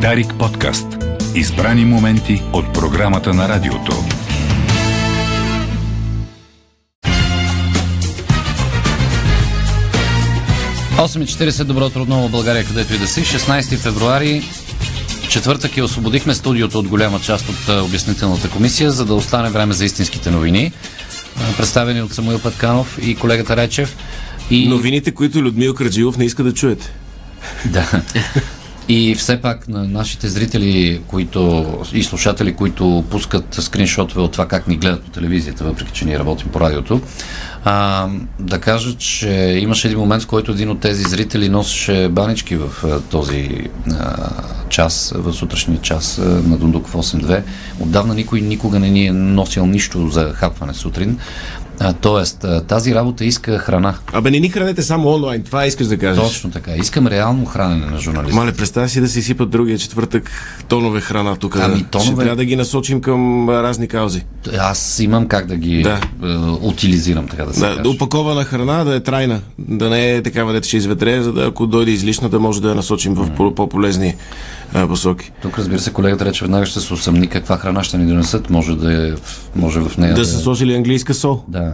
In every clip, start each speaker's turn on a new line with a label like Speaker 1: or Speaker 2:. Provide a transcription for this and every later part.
Speaker 1: Дарик подкаст. Избрани моменти от програмата на радиото.
Speaker 2: Осем и 40, добро утро отново в България, където и да си. 16 февруари, четвъртък и освободихме студиото от голяма част от а, обяснителната комисия, за да остане време за истинските новини, а, представени от Самуил Петканов и колегата Речев. И...
Speaker 3: Новините, които Людмил Краджилов не иска да чуете.
Speaker 2: Да. И все пак на нашите зрители които, и слушатели, които пускат скриншотове от това как ни гледат по телевизията, въпреки че ние работим по радиото, а, да кажа, че имаше един момент, в който един от тези зрители носеше банички в а, този а, час, в сутрешния час а, на Дундуков 8.2. Отдавна никой никога не ни е носил нищо за хапване сутрин. А, тоест, а, тази работа иска храна.
Speaker 3: Абе, не ни хранете само онлайн, това искаш да кажеш.
Speaker 2: Точно така. Искам реално хранене на журналист.
Speaker 3: Мале, представя си да си сипат другия четвъртък тонове храна тук.
Speaker 2: Ами, тонове-
Speaker 3: Ще трябва да ги насочим към а, разни каузи.
Speaker 2: Аз имам как да ги да.
Speaker 3: Да.
Speaker 2: Е, утилизирам, така да се
Speaker 3: Да,
Speaker 2: да,
Speaker 3: да
Speaker 2: каже.
Speaker 3: опакована храна да е трайна, да не е такава, дето ще изветрее, за да ако дойде излишна, да може да я насочим в по- по-полезни а, посоки.
Speaker 2: Тук, разбира се, колегата рече веднага ще се усъмни каква храна ще ни донесат. Може да е в, може в нея. е.
Speaker 3: Да са сложили английска сол.
Speaker 2: да.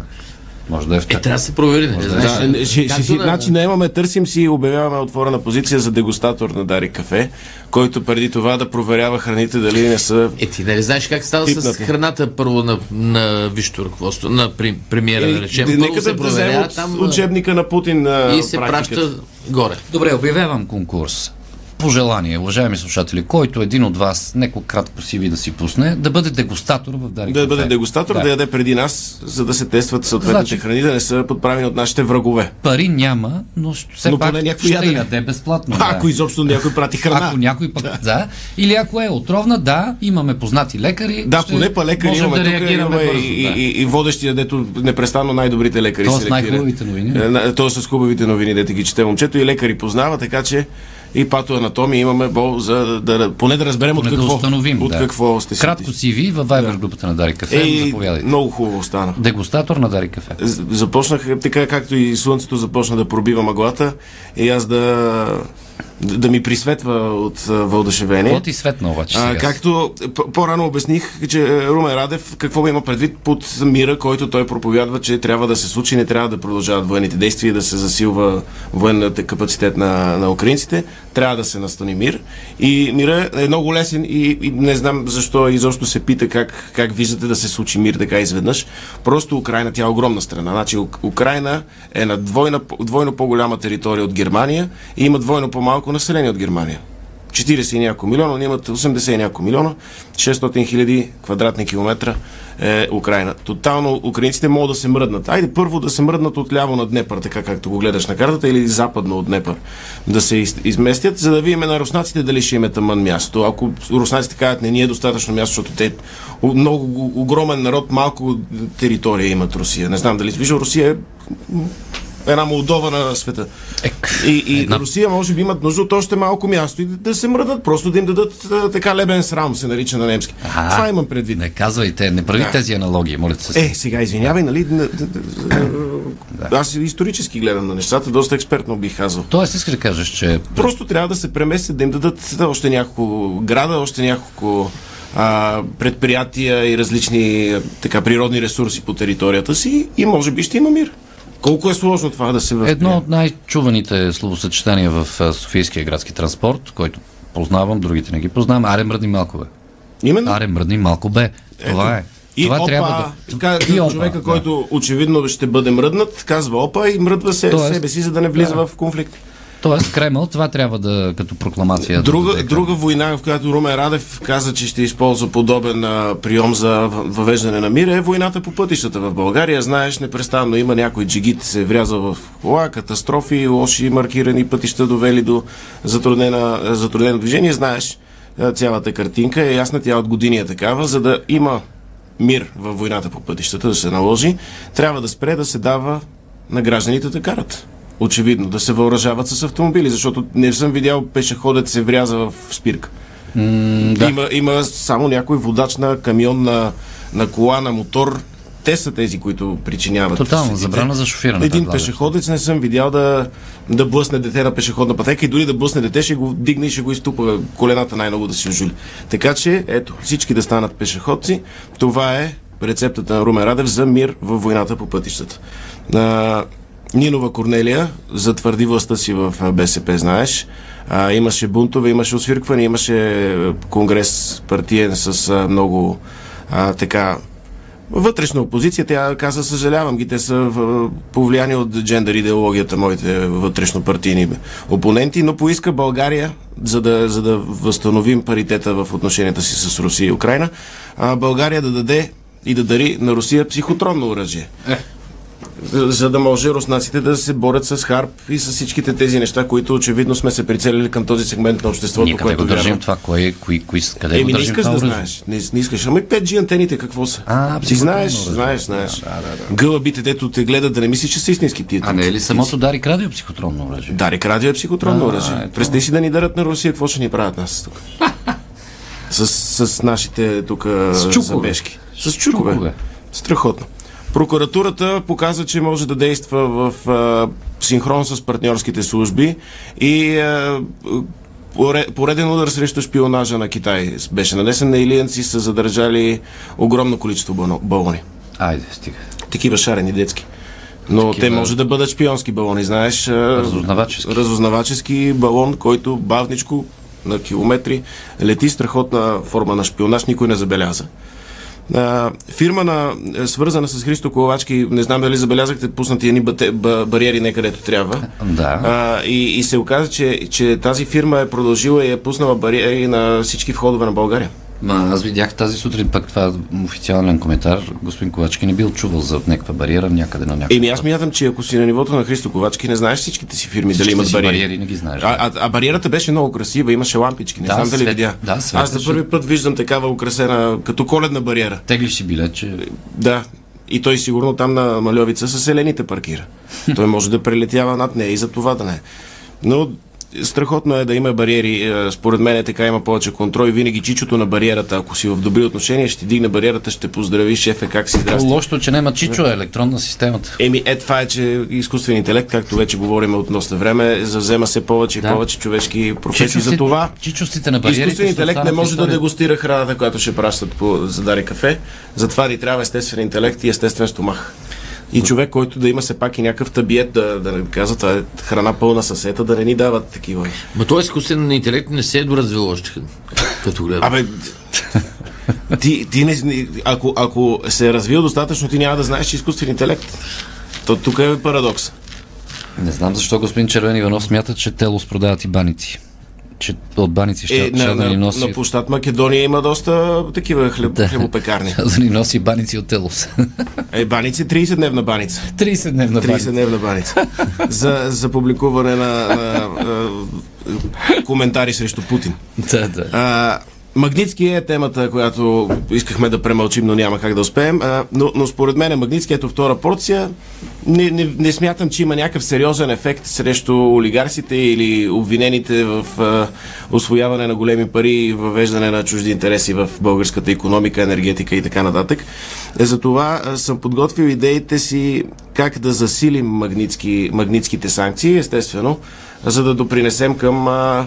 Speaker 2: Може да е в
Speaker 4: Е, трябва да се провери, нали? Знаеш,
Speaker 3: Да, е, не, ще, ще
Speaker 4: както
Speaker 3: си,
Speaker 4: на-
Speaker 3: значи не имаме, търсим си и обявяваме отворена позиция за дегустатор на Дари Кафе, който преди това да проверява храните дали не са
Speaker 4: Е, ти нали знаеш как става с
Speaker 3: Пипнати.
Speaker 4: храната първо на, на висшето ръководство, на при, премиера,
Speaker 3: Е,
Speaker 4: да речем.
Speaker 3: д-
Speaker 4: Първо
Speaker 3: Нека
Speaker 4: се
Speaker 3: да вземем
Speaker 4: проверява
Speaker 3: от
Speaker 4: там
Speaker 3: учебника на Путин а,
Speaker 4: и се
Speaker 3: практиката.
Speaker 4: праща горе.
Speaker 2: Добре, обявявам конкурс. Пожелание, уважаеми слушатели, който един от вас, неко кратко си ви да си пусне, да бъде дегустатор в Дарик.
Speaker 3: да
Speaker 2: Кафе.
Speaker 3: бъде дегустатор, да.
Speaker 2: Да.
Speaker 3: яде преди нас, за да се тестват съответните
Speaker 2: Значи-
Speaker 3: храни, да не са подправени от нашите врагове.
Speaker 2: Пари няма, но ще- все
Speaker 3: Но
Speaker 2: пак
Speaker 3: поне някой
Speaker 2: ще
Speaker 3: яде.
Speaker 2: яде безплатно. да.
Speaker 3: Ако изобщо някой прати храна.
Speaker 2: Ако някой пък, да. Или ако е отровна, да, имаме познати лекари.
Speaker 3: Да,
Speaker 2: ще
Speaker 3: поне па лекари
Speaker 2: можем
Speaker 3: имаме
Speaker 2: да
Speaker 3: тук,
Speaker 2: реагираме
Speaker 3: имаме
Speaker 2: бързо,
Speaker 3: и,
Speaker 2: да.
Speaker 3: и, и, водещия, дето непрестанно най-добрите лекари
Speaker 2: Тоест
Speaker 3: селектира.
Speaker 2: най-хубавите новини.
Speaker 3: Е, на- Тоест с хубавите новини, дете ги чете момчето и лекари познава, така че и патоанатомия имаме бол за да, да поне да разберем
Speaker 2: Поне
Speaker 3: от
Speaker 2: да
Speaker 3: какво,
Speaker 2: установим.
Speaker 3: от
Speaker 2: да.
Speaker 3: какво сте Е, си.
Speaker 2: Кратко си ви във Viber групата на Дари Кафе.
Speaker 3: Ей,
Speaker 2: Заповядайте.
Speaker 3: много хубаво стана.
Speaker 2: Дегустатор на Дари Кафе.
Speaker 3: З- започнах е, така, както и слънцето започна да пробива мъглата и аз да, да, да ми присветва от а,
Speaker 2: Какво
Speaker 3: вълдушевение.
Speaker 2: ти светна обаче Значи сега?
Speaker 3: А, както п- по-рано обясних, че е, Румен Радев какво има предвид под мира, който той проповядва, че трябва да се случи, не трябва да продължават военните действия и да се засилва военната капацитет на, на украинците. Трябва да се настани мир. И мира е много лесен и, и не знам защо изобщо се пита как, как виждате да се случи мир така изведнъж. Просто Украина, тя е огромна страна. Значи Ук- Украина е на двойна, по- двойно по-голяма територия от Германия и има двойно по-малко население от Германия. 40 и няколко милиона, ние имат 80 и няколко милиона, 600 хиляди квадратни километра е Украина. Тотално украинците могат да се мръднат. Айде първо да се мръднат от ляво на Днепър, така както го гледаш на картата, или западно от Днепър, да се из- изместят, за да видим на руснаците дали ще им е тъмън място. Ако руснаците кажат, не ни е достатъчно място, защото те о- много о- огромен народ, малко територия имат Русия. Не знам дали вижда, Русия е м, една Молдова на света.
Speaker 2: Ек,
Speaker 3: И, и
Speaker 2: Една-
Speaker 3: Е, Русия може би имат нужда от още малко място и да, да се мръдат, просто да им дадат а, така лебен срам, се нарича на немски.
Speaker 2: А.
Speaker 3: Това имам предвид.
Speaker 2: Не казвайте, не прави
Speaker 3: Да.
Speaker 2: тези аналогии, моля те се.
Speaker 3: Е, сега извинявай, нали? н- н- н- Аз исторически гледам на нещата, доста експертно бих казал.
Speaker 2: Тоест, искаш да кажеш, че
Speaker 3: Просто трябва да се преместят, да им дадат още няколко града, още няколко а, предприятия и различни а, така, природни ресурси по територията си и може би ще има мир. Колко е сложно това да се възприеме?
Speaker 2: едно от най-чуваните словосъчетания в а, Софийския градски транспорт, който познавам, другите не ги познавам, аре мръдни малко бе.
Speaker 3: Именно.
Speaker 2: Аре мръдни малко бе. Това е.
Speaker 3: И
Speaker 2: Това
Speaker 3: опа,
Speaker 2: трябва да...
Speaker 3: Така,
Speaker 2: И опа,
Speaker 3: човека,
Speaker 2: да.
Speaker 3: който очевидно ще бъде мръднат, казва опа и мръдва се
Speaker 2: Тоест-
Speaker 3: себе си, за да не влиза в конфликт.
Speaker 2: Тоест, Кремъл, това трябва да, като прокламация... да
Speaker 3: Друга,
Speaker 2: даде.
Speaker 3: друга война, в която Румен Радев каза, че ще използва подобен а, прием за в- въвеждане на мир, е войната по пътищата в България. Знаеш, непрестанно има някой джигит се е врязал в кола, катастрофи, лоши маркирани пътища довели до затруднена, затруднено движение. Знаеш, а, цялата картинка е ясна, тя от години е такава, за да има мир във войната по пътищата, да се наложи, трябва да спре да се дава на гражданите да карат. Очевидно, да се въоръжават с автомобили, защото не съм видял пешеходец се вряза в спирка. да. има, има само някой водач на камион, на, на кола, на мотор. те са тези, които причиняват.
Speaker 2: Тотално,
Speaker 3: щетите.
Speaker 2: забрана за шофиране.
Speaker 3: Един
Speaker 2: предлагаш.
Speaker 3: пешеходец не съм видял да, да блъсне дете на пешеходна пътека и дори да блъсне дете ще го дигне и ще го изтупа колената най-много да се ожули. Така че, ето, всички да станат пешеходци. Това е рецептата на Румен Радев за мир във войната по пътищата. А, Нинова Корнелия затвърди властта си в а, БСП, знаеш. А, имаше бунтове, имаше освиркване, имаше а, конгрес партиен с а, много а, така вътрешна опозиция. Тя каза, съжалявам ги, те са в- повлияни от джендър идеологията, моите вътрешнопартийни опоненти, но поиска България, за да, за да възстановим паритета в отношенията си с Русия и Украина, а България да даде и да дари на Русия психотронно оръжие.
Speaker 2: Е.
Speaker 3: За за да може руснаците да се борят с харп и с всичките тези неща, които очевидно сме се прицелили към този сегмент на обществото,
Speaker 2: Ние къде
Speaker 3: което
Speaker 2: го държим
Speaker 3: вярвам.
Speaker 2: това? Кое, кои, кои, с- къде
Speaker 3: Еми,
Speaker 2: го
Speaker 3: не
Speaker 2: държим
Speaker 3: искаш
Speaker 2: това
Speaker 3: да
Speaker 2: оръжие?
Speaker 3: знаеш. Не, не искаш. Ами 5G антените какво са?
Speaker 2: А,
Speaker 3: Ти
Speaker 2: абсолютно
Speaker 3: знаеш,
Speaker 2: разбира.
Speaker 3: знаеш, знаеш. Да, да, да. Гълъбите, дето те гледат, да не мислиш, че са истински тия.
Speaker 2: А не е ли самото Дарик Радио психотронно оръжие?
Speaker 3: Дарик Радио е психотронно
Speaker 2: А,
Speaker 3: оръжие.
Speaker 2: ето.
Speaker 3: Представи си да ни дарат на Русия, какво ще ни правят нас тук? с, с нашите тук
Speaker 2: чукове.
Speaker 3: забежки. С
Speaker 2: С
Speaker 3: чукове.
Speaker 2: чукове.
Speaker 3: Страхотно. Прокуратурата показа, че може да действа в а, синхрон с партньорските служби и а, поре- пореден удар срещу шпионажа на Китай беше нанесен. На Илиенци са задържали огромно количество бано- балони
Speaker 2: Айде, стига.
Speaker 3: такива шарени детски. Но такива... те може да бъдат шпионски балони, знаеш. а,
Speaker 2: Разузнавачески.
Speaker 3: Разузнавачески балон, който бавничко на километри лети страхотна форма на шпионаж, никой не забеляза. А, фирма на, е, свързана с Христо Коловачки, не знам дали забелязахте, пуснати едни бате, ба, бариери не където трябва.
Speaker 2: Да.
Speaker 3: А, и, и се оказа, че, че тази фирма е продължила и е пуснала бариери на всички входове на България.
Speaker 2: Ма, аз видях тази сутрин пък това официален коментар. Господин Ковачки не бил чувал за някаква бариера някъде на някаква.
Speaker 3: Еми аз мятам, че ако си на нивото на Христо Ковачки, не знаеш всичките си фирми дали
Speaker 2: Всичките
Speaker 3: имат
Speaker 2: си
Speaker 3: бариери.
Speaker 2: бариери не ги знаеш.
Speaker 3: А, а, а бариерата беше много красива, имаше лампички, не
Speaker 2: Да,
Speaker 3: знам дали
Speaker 2: свет-
Speaker 3: видя.
Speaker 2: да,
Speaker 3: аз за
Speaker 2: светеше.
Speaker 3: първи път виждам такава украсена, като коледна бариера.
Speaker 2: Теглиш си билет, че
Speaker 3: Да. И той сигурно там на Мальовица със елените паркира. Той може да прелетява над нея и за това да не. е. Но страхотно е да има бариери. Е, Според мен е така има повече контрол и винаги чичото на бариерата, ако си в добри отношения, ще ти дигне бариерата, ще поздрави шефе, как си здрасти.
Speaker 2: Лошото, че няма чичо, е електронна системата.
Speaker 3: Еми, е това е, че изкуствен интелект, както вече говорим от доста време, завзема се повече и
Speaker 2: Да.
Speaker 3: повече човешки професии.
Speaker 2: Чичостите-
Speaker 3: За това
Speaker 2: чичостите на бариерите
Speaker 3: изкуствен
Speaker 2: ще
Speaker 3: интелект не
Speaker 2: останат в
Speaker 3: може да
Speaker 2: историята.
Speaker 3: дегустира храната, която ще пращат по, за дари кафе. Затова ни трябва естествен интелект и естествен стомах. И човек, който да има все пак и някакъв табиет да, да не казва, това е храна пълна съсета, да не ни дават такива.
Speaker 4: Ма този изкуствен интелект не се е доразвил още, като гледам.
Speaker 3: Абе, ти, ти не, не- ако, ако се е развил достатъчно, ти няма да знаеш, че е изкуствен интелект. То тук е парадокс.
Speaker 2: Не знам защо господин Червен Иванов смята, че Телос продават и баници. Че от баници ще,
Speaker 3: Е,
Speaker 2: ще
Speaker 3: на,
Speaker 2: да
Speaker 3: на,
Speaker 2: ни носи...
Speaker 3: на площад Македония има доста такива хлеб, да. хлебопекарни.
Speaker 2: да ни носи баници от Телос.
Speaker 3: Е, баници, 30-дневна баница.
Speaker 2: 30 дневна баница.
Speaker 3: 30-дневна баница. За, за публикуване на, на, е, коментари срещу Путин.
Speaker 2: Да, да.
Speaker 3: А, Магницки е темата, която искахме да премълчим, но няма как да успеем. А, но, но според мен Магницки ето втора порция. Не, не, не смятам, че има някакъв сериозен ефект срещу олигарсите или обвинените в а, освояване на големи пари и въвеждане на чужди интереси в българската економика, енергетика и така нататък. Е, Затова а, съм подготвил идеите си как да засилим магнитски, магнитските санкции, естествено, за да допринесем към, а,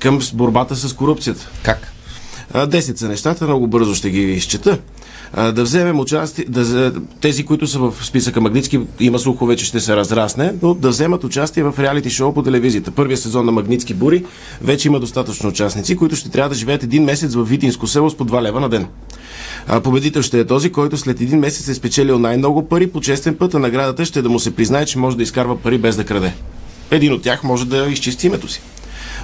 Speaker 3: към с- борбата с корупцията.
Speaker 2: Как?
Speaker 3: А, 10 са нещата, много бързо ще ги изчета. А, Да вземем участие, да, за- тези, които са в списъка Магнитски, има слухове, че ще се разрасне, но да вземат участие в реалити шоу по телевизията. Първия сезон на Магнитски бури вече има достатъчно участници, които ще трябва да живеят един месец в Витинско село с по 2 лева на ден. А, победител ще е този, който след един месец е спечелил най-много пари по честен път, а наградата ще е да му се признае, че може да изкарва пари без да краде. Един от тях може да изчисти името си.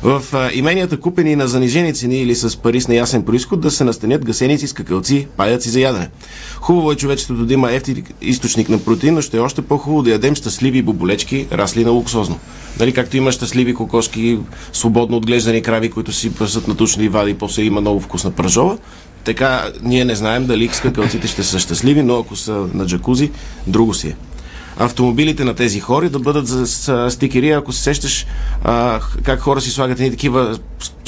Speaker 3: В а, именията, купени на занижени цени или с пари с неясен происход, да се настанят гасеници, скакалци, паяци за ядене. Хубаво е човечеството да има ефтин източник на протеин, но ще е още по-хубаво да ядем щастливи боболечки, расли на луксозно. Нали, както има щастливи кокошки, свободно отглеждани крави, които си пасат на тучни вади и после има много вкусна пържова, така ние не знаем дали скакалците ще са щастливи, но ако са на джакузи, друго си е. автомобилите на тези хора да бъдат за, с, а, стикери, ако се сещаш а, как хора си слагат едни такива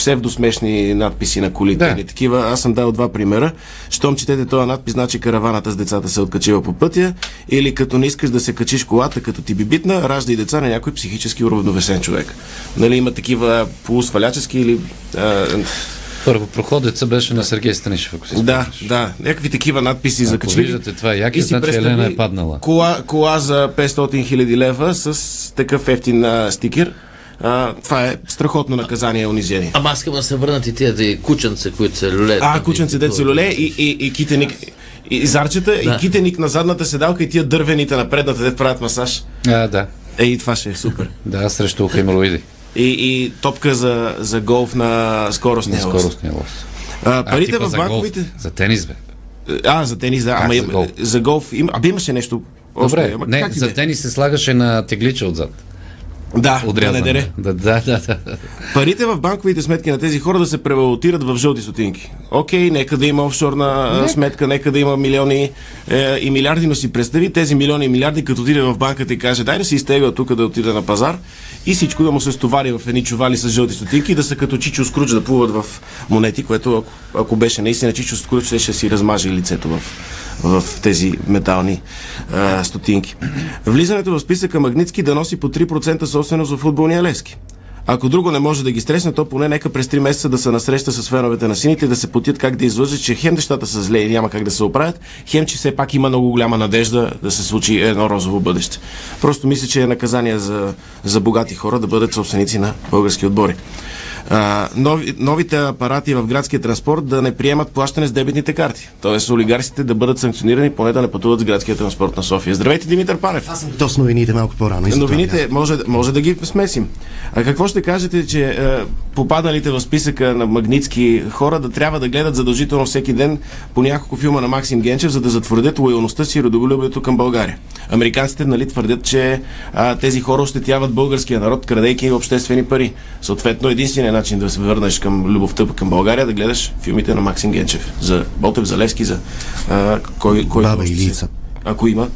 Speaker 3: псевдосмешни надписи на колите.
Speaker 2: Да.
Speaker 3: Да. такива. Аз съм дал два примера. Щом четете този надпис, значи караваната с децата се е откачила по пътя. Или като не искаш да се качиш колата, като ти би битна, ражда и деца на някой психически уравновесен човек. Нали, има такива полусвалячески или а,
Speaker 2: Първо проходеца беше на Сергей Станишев, ако си
Speaker 3: да,
Speaker 2: спомняш.
Speaker 3: да. Някакви такива надписи за
Speaker 2: Ако виждате това яки, значи Елена е паднала.
Speaker 3: Кола, кола за 500 000 лева с такъв ефтин а, стикер. А, това е страхотно наказание и унижение.
Speaker 4: Ама аз искам да се върнат и тия да кученца, които се люлеят.
Speaker 3: А,
Speaker 4: Там
Speaker 3: кученце,
Speaker 4: и-
Speaker 3: деца люле и, и, и китеник. И, и зарчета, да. и китеник на задната седалка и тия дървените на предната, де правят масаж.
Speaker 2: А, да.
Speaker 3: Е, и това ще е супер.
Speaker 2: Да, срещу хемороиди.
Speaker 3: И, и топка за, за голф на скоростния лост.
Speaker 2: Скоростния лост.
Speaker 3: А,
Speaker 2: А,
Speaker 3: парите
Speaker 2: типа
Speaker 3: в
Speaker 2: за голф,
Speaker 3: банковите...
Speaker 2: За тенис, бе.
Speaker 3: А, за тенис, да.
Speaker 2: Как
Speaker 3: ама
Speaker 2: за
Speaker 3: им-
Speaker 2: голф?
Speaker 3: за голф има... Абе имаше нещо... още,
Speaker 2: Добре,
Speaker 3: ама
Speaker 2: не,
Speaker 3: как и да е.
Speaker 2: за тенис се слагаше на теглича отзад.
Speaker 3: Да, да не дере.
Speaker 2: Отрязане. Да, да, да, да.
Speaker 3: Парите в банковите сметки на тези хора да се превалутират в жълти сотинки. Окей, нека да има офшорна не. сметка, нека да има милиони е, и милиарди, но си представи тези милиони и милиарди, като отиде в банката и каже, дай да се изтегля от тук да отида на пазар и всичко да му се стовари в едни чували с жълти сотинки и да са като Чичо Скруч да плуват в монети, което ако, ако беше наистина Чичо Скруч, ще, ще си размаже и лицето в, в тези метални а, стотинки. Влизането в списъка Магницки да носи по 3% собственост в футболния Левски. Ако друго не може да ги стресне, то поне нека през 3 месеца да се насреща с феновете на сините и да се потят как да излъжат, че хем нещата са зле и няма как да се оправят, хем, че все пак има много голяма надежда да се случи едно розово бъдеще. Просто мисля, че е наказание за, за богати хора да бъдат собственици на български отбори. А, нови, новите апарати в градския транспорт да не приемат плащане с дебитните карти. Тоест олигарсите да бъдат санкционирани, поне да не пътуват с градския транспорт на София. Здравейте, Димитър Панев!
Speaker 5: Аз съм готов с новините малко по-рано. и Ами за това
Speaker 3: Новините може, може да ги смесим. А какво ще кажете, че е, попадналите в списъка на магнитски хора да трябва да гледат задължително всеки ден по няколко филма на Максим Генчев, за да затвърдят лоялността си и родолюбието към България? Американците нали, твърдят, че а, тези хора ощетяват българския народ, крадейки обществени пари. Съответно, единственият начин да се върнеш към любовта към България е да гледаш филмите на Максим Генчев. За Ботев, за Левски, за а, кой, кой
Speaker 5: Баба
Speaker 3: още
Speaker 5: Илица.
Speaker 3: се- ако има,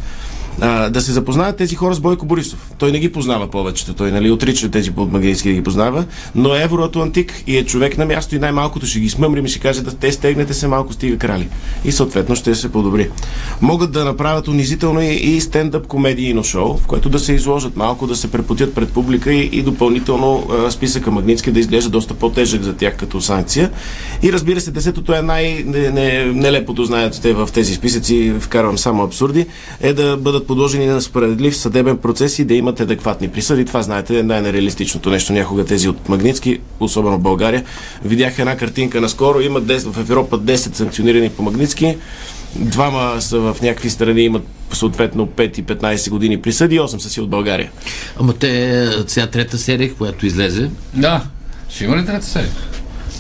Speaker 3: а, да се запознаят тези хора с Бойко Борисов. Той не ги познава повечето, той нали, отрича тези подмагински да ги познава, но е евроатлантик и е човек на място и най-малкото ще ги смъмрим и ще каже да те стегнете се малко стига крали. И съответно ще се подобри. Могат да направят унизително и, и стендъп комедийно шоу, в което да се изложат малко, да се препотят пред публика и, и допълнително а, списъка Магницки да изглежда доста по-тежък за тях като санкция. И разбира се, десетото е най-нелепото, не, не нелепото, знаят те в тези списъци, вкарвам само абсурди, е да бъдат подложени на справедлив съдебен процес и да имат адекватни присъди. Това, знаете, е най-нереалистичното нещо. Някога тези от Магницки, особено в България, видях една картинка наскоро, има 10, в Европа 10 санкционирани по Магницки, двама са в някакви страни, имат съответно 5 и 15 години присъди, 8 са си от България.
Speaker 4: Ама те, е, сега трета серия, която излезе.
Speaker 2: Да. Ще има ли трета серия?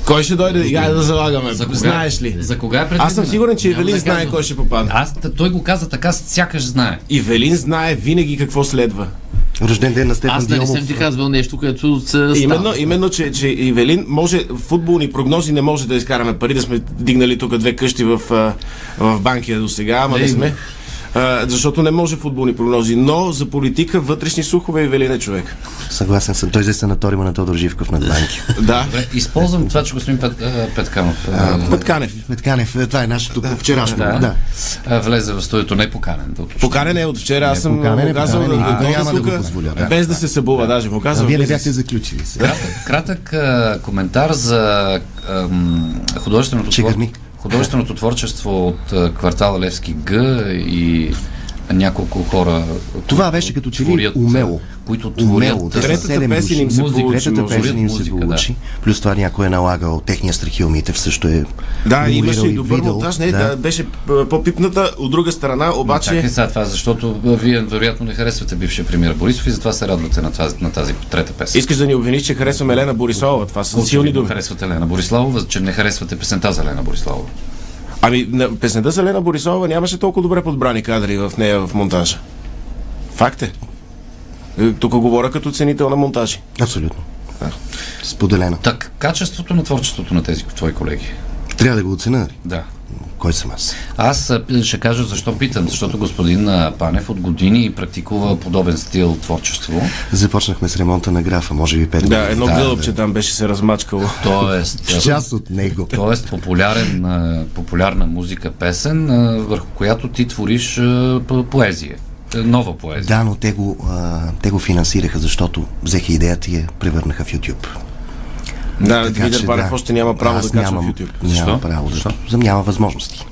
Speaker 3: Кой ще дойде? Я да залагаме.
Speaker 2: За кога?
Speaker 3: Знаеш ли?
Speaker 2: За кога е предвидена?
Speaker 3: Аз съм сигурен, че
Speaker 4: Няма
Speaker 3: Евелин
Speaker 4: да
Speaker 3: знае
Speaker 4: казвам.
Speaker 3: кой ще попадне.
Speaker 2: Аз, т- той го каза така, сякаш знае.
Speaker 3: И Велин знае винаги какво следва.
Speaker 5: няма. Рожден ден на Стефан
Speaker 4: Аз нали
Speaker 5: Диомов.
Speaker 4: съм ти казвал нещо, което се става.
Speaker 3: Именно, именно че, че и Велин може, в футболни прогнози не може да изкараме пари, да сме дигнали тук две къщи в, а, в банкия до сега, ама не сме. А, защото не може футболни прогнози, но за политика вътрешни слухове и Велин е човек.
Speaker 5: Съгласен съм. Той взе санаториума на Тодор Живков над банки.
Speaker 3: Да.
Speaker 2: Добре, Е, използвам това, че господин Пет, а, Петканов а,
Speaker 3: Петканев.
Speaker 5: Метканев, е, това е нашето да, вчерашно. Да. да.
Speaker 2: а, влезе в студиото непоканен. Да уточня.
Speaker 3: Поканен е от вчера, аз съм му
Speaker 5: поканен е,
Speaker 3: казал да,
Speaker 5: поканен е.
Speaker 3: да,
Speaker 5: А, няма да
Speaker 3: дойде
Speaker 5: го позволя, да.
Speaker 3: тук, без да се събува, даже му
Speaker 5: А
Speaker 3: казвам.
Speaker 5: вие не
Speaker 3: влезе
Speaker 5: бяхте заключили сега.
Speaker 2: Кратък, кратък а, коментар за ам, художественото,
Speaker 5: Чегърни.
Speaker 2: художественото творчество от а, квартал Левски Г и няколко хора. които
Speaker 5: Това беше като че ли
Speaker 2: творят,
Speaker 5: умело.
Speaker 2: Които творят.
Speaker 5: Умело,
Speaker 2: а,
Speaker 5: да,
Speaker 3: Третата
Speaker 5: са седем
Speaker 3: песен
Speaker 5: души.
Speaker 3: им се
Speaker 5: Музика,
Speaker 3: получи,
Speaker 5: Третата
Speaker 3: музика,
Speaker 5: песен им се
Speaker 2: музика, да.
Speaker 5: получи. Плюс това някой е налагал техния страхил Митев също е
Speaker 3: Да,
Speaker 5: доминирал
Speaker 3: имаше и добър
Speaker 5: видял,
Speaker 3: монтаж, не, да. беше а, по-пипната, от друга страна,
Speaker 2: Чакай
Speaker 5: е.
Speaker 3: обаче...
Speaker 2: сега това, защото а, вие вероятно не харесвате бившия премиер Борисов и затова се радвате на, тази, на тази трета песен.
Speaker 3: Искаш да ни обвиниш, че харесвам Елена Борисова, това са силни
Speaker 2: Очевидно
Speaker 3: думи.
Speaker 2: харесвате Лена Бориславова, че не харесвате песента за Лена Бориславова.
Speaker 3: Ами, на песента за Лена Борисова нямаше толкова добре подбрани кадри в нея в монтажа. Факт е. Е, Тук говоря като ценител на монтажи.
Speaker 5: Абсолютно. Споделено.
Speaker 2: Так, качеството на творчеството на тези твои колеги.
Speaker 5: Трябва да го оценя. нали?
Speaker 2: Да.
Speaker 5: Кой съм аз?
Speaker 2: Аз а, пи- ще кажа защо питам, защото господин а, Панев от години практикува подобен стил творчество.
Speaker 5: Започнахме с ремонта на графа, може би 5 години.
Speaker 3: Да, едно
Speaker 2: Да,
Speaker 3: гълъбче там беше се размачкало.
Speaker 2: Тоест, а,
Speaker 5: Част от него.
Speaker 2: Тоест популярен, а, популярна музика, песен, а, върху която ти твориш а, по- поезия. Е, Нова поезия.
Speaker 5: Да, но те го, а, те го финансираха, защото взеха идеята и я превърнаха в YouTube.
Speaker 3: Да,
Speaker 5: Така че,
Speaker 3: Димитър Панев още няма право
Speaker 5: Аз
Speaker 3: да качва в
Speaker 5: нямам-
Speaker 3: YouTube.
Speaker 5: Няма
Speaker 2: Защо?
Speaker 5: право, защото за- няма възможности.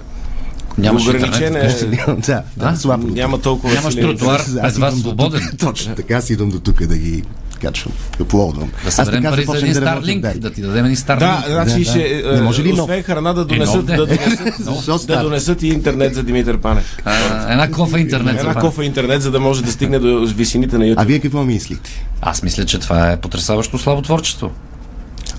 Speaker 2: Нямаш
Speaker 3: Ограничен
Speaker 2: интернет.
Speaker 3: е,
Speaker 5: да, да, слабо.
Speaker 3: няма толкова
Speaker 2: Нямаш
Speaker 3: сили.
Speaker 2: тротуар,
Speaker 5: Аз
Speaker 2: без
Speaker 5: идвам
Speaker 2: вас
Speaker 5: до
Speaker 2: свободен.
Speaker 5: Точно така си идвам до тук да ги качвам, да плодвам.
Speaker 2: Да съберем пари за
Speaker 5: започнах
Speaker 2: един
Speaker 5: работя,
Speaker 2: Старлинк,
Speaker 5: да.
Speaker 2: да ти дадем един
Speaker 3: Да,
Speaker 2: Старлинк.
Speaker 3: значи
Speaker 5: да.
Speaker 3: ще...
Speaker 5: Не може ли нов?
Speaker 3: Освен храна да
Speaker 2: нов
Speaker 3: донесат,
Speaker 2: де.
Speaker 3: да, донесат,
Speaker 5: Защо
Speaker 3: да донесат и интернет за Димитър Панев.
Speaker 2: А, Една кофа интернет за
Speaker 3: Една
Speaker 2: Панев.
Speaker 3: кофа интернет, за да може да стигне до висините на YouTube.
Speaker 5: А вие какво мислите?
Speaker 2: Аз мисля, че това е потрясаващо слабо творчество.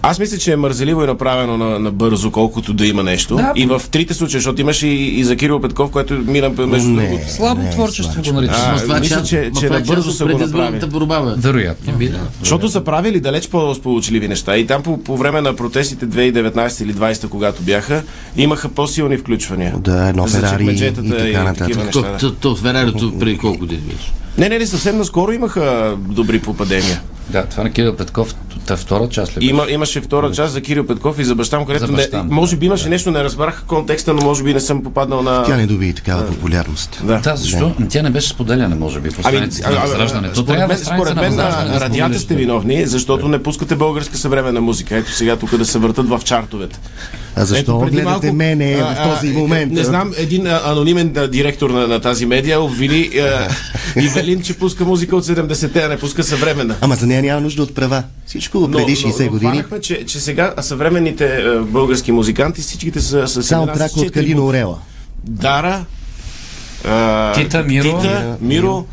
Speaker 3: Аз мисля, че е мързеливо и направено на, на бързо, колкото да има нещо.
Speaker 2: Да.
Speaker 3: и в трите случая, защото имаше и, и за Кирил Петков, който мина между
Speaker 5: Не.
Speaker 3: другото.
Speaker 2: Слабо
Speaker 5: не,
Speaker 2: творчество
Speaker 5: слабо.
Speaker 2: го наричам.
Speaker 3: А, е. мисля, че- че набързо са го
Speaker 4: предизборната борба, бе.
Speaker 2: е Вероятно.
Speaker 4: Еми, да.
Speaker 3: Защото са правили далеч по-сполучливи неща. И там по, по време на протестите 2019 или 2020, когато бяха, имаха по-силни включвания.
Speaker 5: Да, едно
Speaker 3: За
Speaker 5: Ферари и
Speaker 3: чекмеджетата
Speaker 5: така нататък.
Speaker 3: такива
Speaker 4: То,
Speaker 3: неща, да.
Speaker 4: то, то Ферарито преди колко години беше?
Speaker 3: Не, не, не, съвсем наскоро имаха добри попадения.
Speaker 2: Да, това на Кирил Петков, та втора част ли?
Speaker 3: Има, имаше втора част за Кирил Петков и за баща му, където
Speaker 2: За баща му,
Speaker 3: не, може би имаше нещо, не разбрах контекста, но може би не съм попаднал на...
Speaker 5: Тя не доби и такава популярност.
Speaker 3: Да.
Speaker 2: Да, защо?
Speaker 5: Ами-
Speaker 2: Тя не беше споделяна, може би, по страницата на
Speaker 3: Ами, а, а,
Speaker 2: Възраждането.
Speaker 3: Според
Speaker 2: Трябва е
Speaker 3: мен,
Speaker 2: страница
Speaker 3: според
Speaker 2: на
Speaker 3: мен
Speaker 2: Възраждане да
Speaker 3: на радията
Speaker 2: споделиш.
Speaker 3: сте виновни, защото не пускате българска съвременна музика. Ето сега тук да се въртат в чартовете.
Speaker 5: А защо
Speaker 3: Ето, преди
Speaker 5: гледате
Speaker 3: малко-
Speaker 5: мене
Speaker 3: а,
Speaker 5: в
Speaker 3: а,
Speaker 5: този
Speaker 3: е,
Speaker 5: момент?
Speaker 3: Не знам, един а, анонимен а, директор на, на тази медия обвини а, Ивелин, че пуска музика от 70-те, а не пуска съвременна.
Speaker 5: Ама за нея няма нужда от права. Всичко го преди 60 години.
Speaker 3: хванахме, че, че сега съвременните а, български музиканти всичките са с
Speaker 5: Само
Speaker 3: имена с
Speaker 5: трака от
Speaker 3: четири
Speaker 5: Калина Орела.
Speaker 3: Дара, а,
Speaker 2: Тита, Миро.
Speaker 3: Тита, Миро.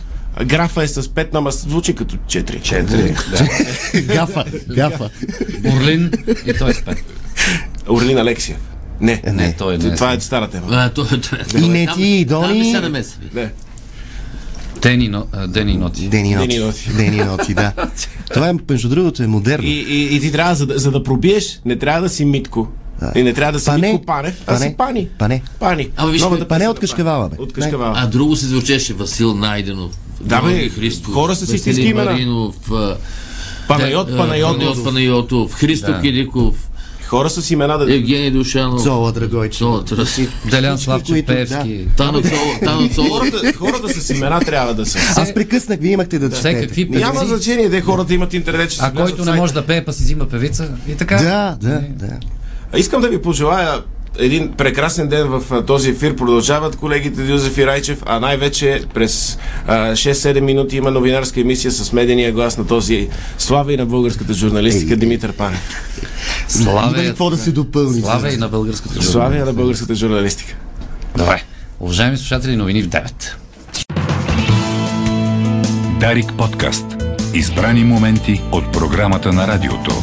Speaker 3: Графа е с 5, ама звучи като 4. 4.
Speaker 5: Гафа, гафа.
Speaker 2: Орлин и той е спе.
Speaker 3: Орлин Алексия. Не,
Speaker 2: Не, той не е.
Speaker 3: Това е стара тема.
Speaker 4: А, то, то,
Speaker 5: И не ти, и
Speaker 4: Там не
Speaker 5: Дони.
Speaker 4: се намеси. бе.
Speaker 3: Не.
Speaker 2: Дени, но, а, дени ноти.
Speaker 5: Дени и
Speaker 3: Дени и
Speaker 5: ноти.
Speaker 3: ноти.
Speaker 5: Дени и ноти, да. Това е, между другото, е модерно.
Speaker 3: И, и, и ти трябва, за да, за да пробиеш, не трябва да си Митко.
Speaker 5: Да.
Speaker 3: И не трябва да си
Speaker 5: Пане.
Speaker 3: Митко Панев, а си Пани.
Speaker 5: Пане.
Speaker 3: Пани.
Speaker 4: Ама виж,
Speaker 3: Новата
Speaker 5: Пане
Speaker 3: песен
Speaker 5: от
Speaker 3: на
Speaker 5: Кашкавала, бе.
Speaker 3: От Кашкавала.
Speaker 4: А друго се звучеше Васил Найденов.
Speaker 3: Да, бе,
Speaker 4: Георги Христов,
Speaker 3: хора с истински
Speaker 4: Веселин
Speaker 3: имена.
Speaker 4: Маринов, а,
Speaker 3: Панайот,
Speaker 4: а,
Speaker 3: Панайот.
Speaker 4: Панайотов, Христо Кириков,
Speaker 3: Хора с имена да...
Speaker 2: Е,
Speaker 4: Евгений Душанов.
Speaker 5: Зола, Драгойче.
Speaker 4: Зола, Траси.
Speaker 2: Делян
Speaker 5: Всички,
Speaker 2: Славчев,
Speaker 5: които- да.
Speaker 2: Певски.
Speaker 4: Тано Цола, Тано Цола.
Speaker 3: Хората, хората с имена трябва да са.
Speaker 5: Аз прекъснах, вие имахте да четете.
Speaker 2: Всекакви певци.
Speaker 5: е,
Speaker 3: Няма значение де хората имат интернет, че си
Speaker 2: А
Speaker 3: влязат
Speaker 2: който
Speaker 3: в
Speaker 2: не
Speaker 3: сайта.
Speaker 2: може да пее, па си взима певица и така.
Speaker 5: Да, да, да.
Speaker 3: А Искам да ви пожелая един прекрасен ден в а, този ефир. Продължават колегите Юзеф и Райчев, а най-вече през а, 6-7 минути има новинарска емисия с медения глас на този слава и на българската журналистика Димитър Панев.
Speaker 5: Има ли
Speaker 2: Славе, е-
Speaker 5: какво да се допълни?
Speaker 2: славе и на българската журналистика.
Speaker 3: Славия на българската журналистика.
Speaker 2: Добре. Уважаеми слушатели, новини в 9.
Speaker 1: Дарик подкаст. Избрани моменти от програмата на радиото.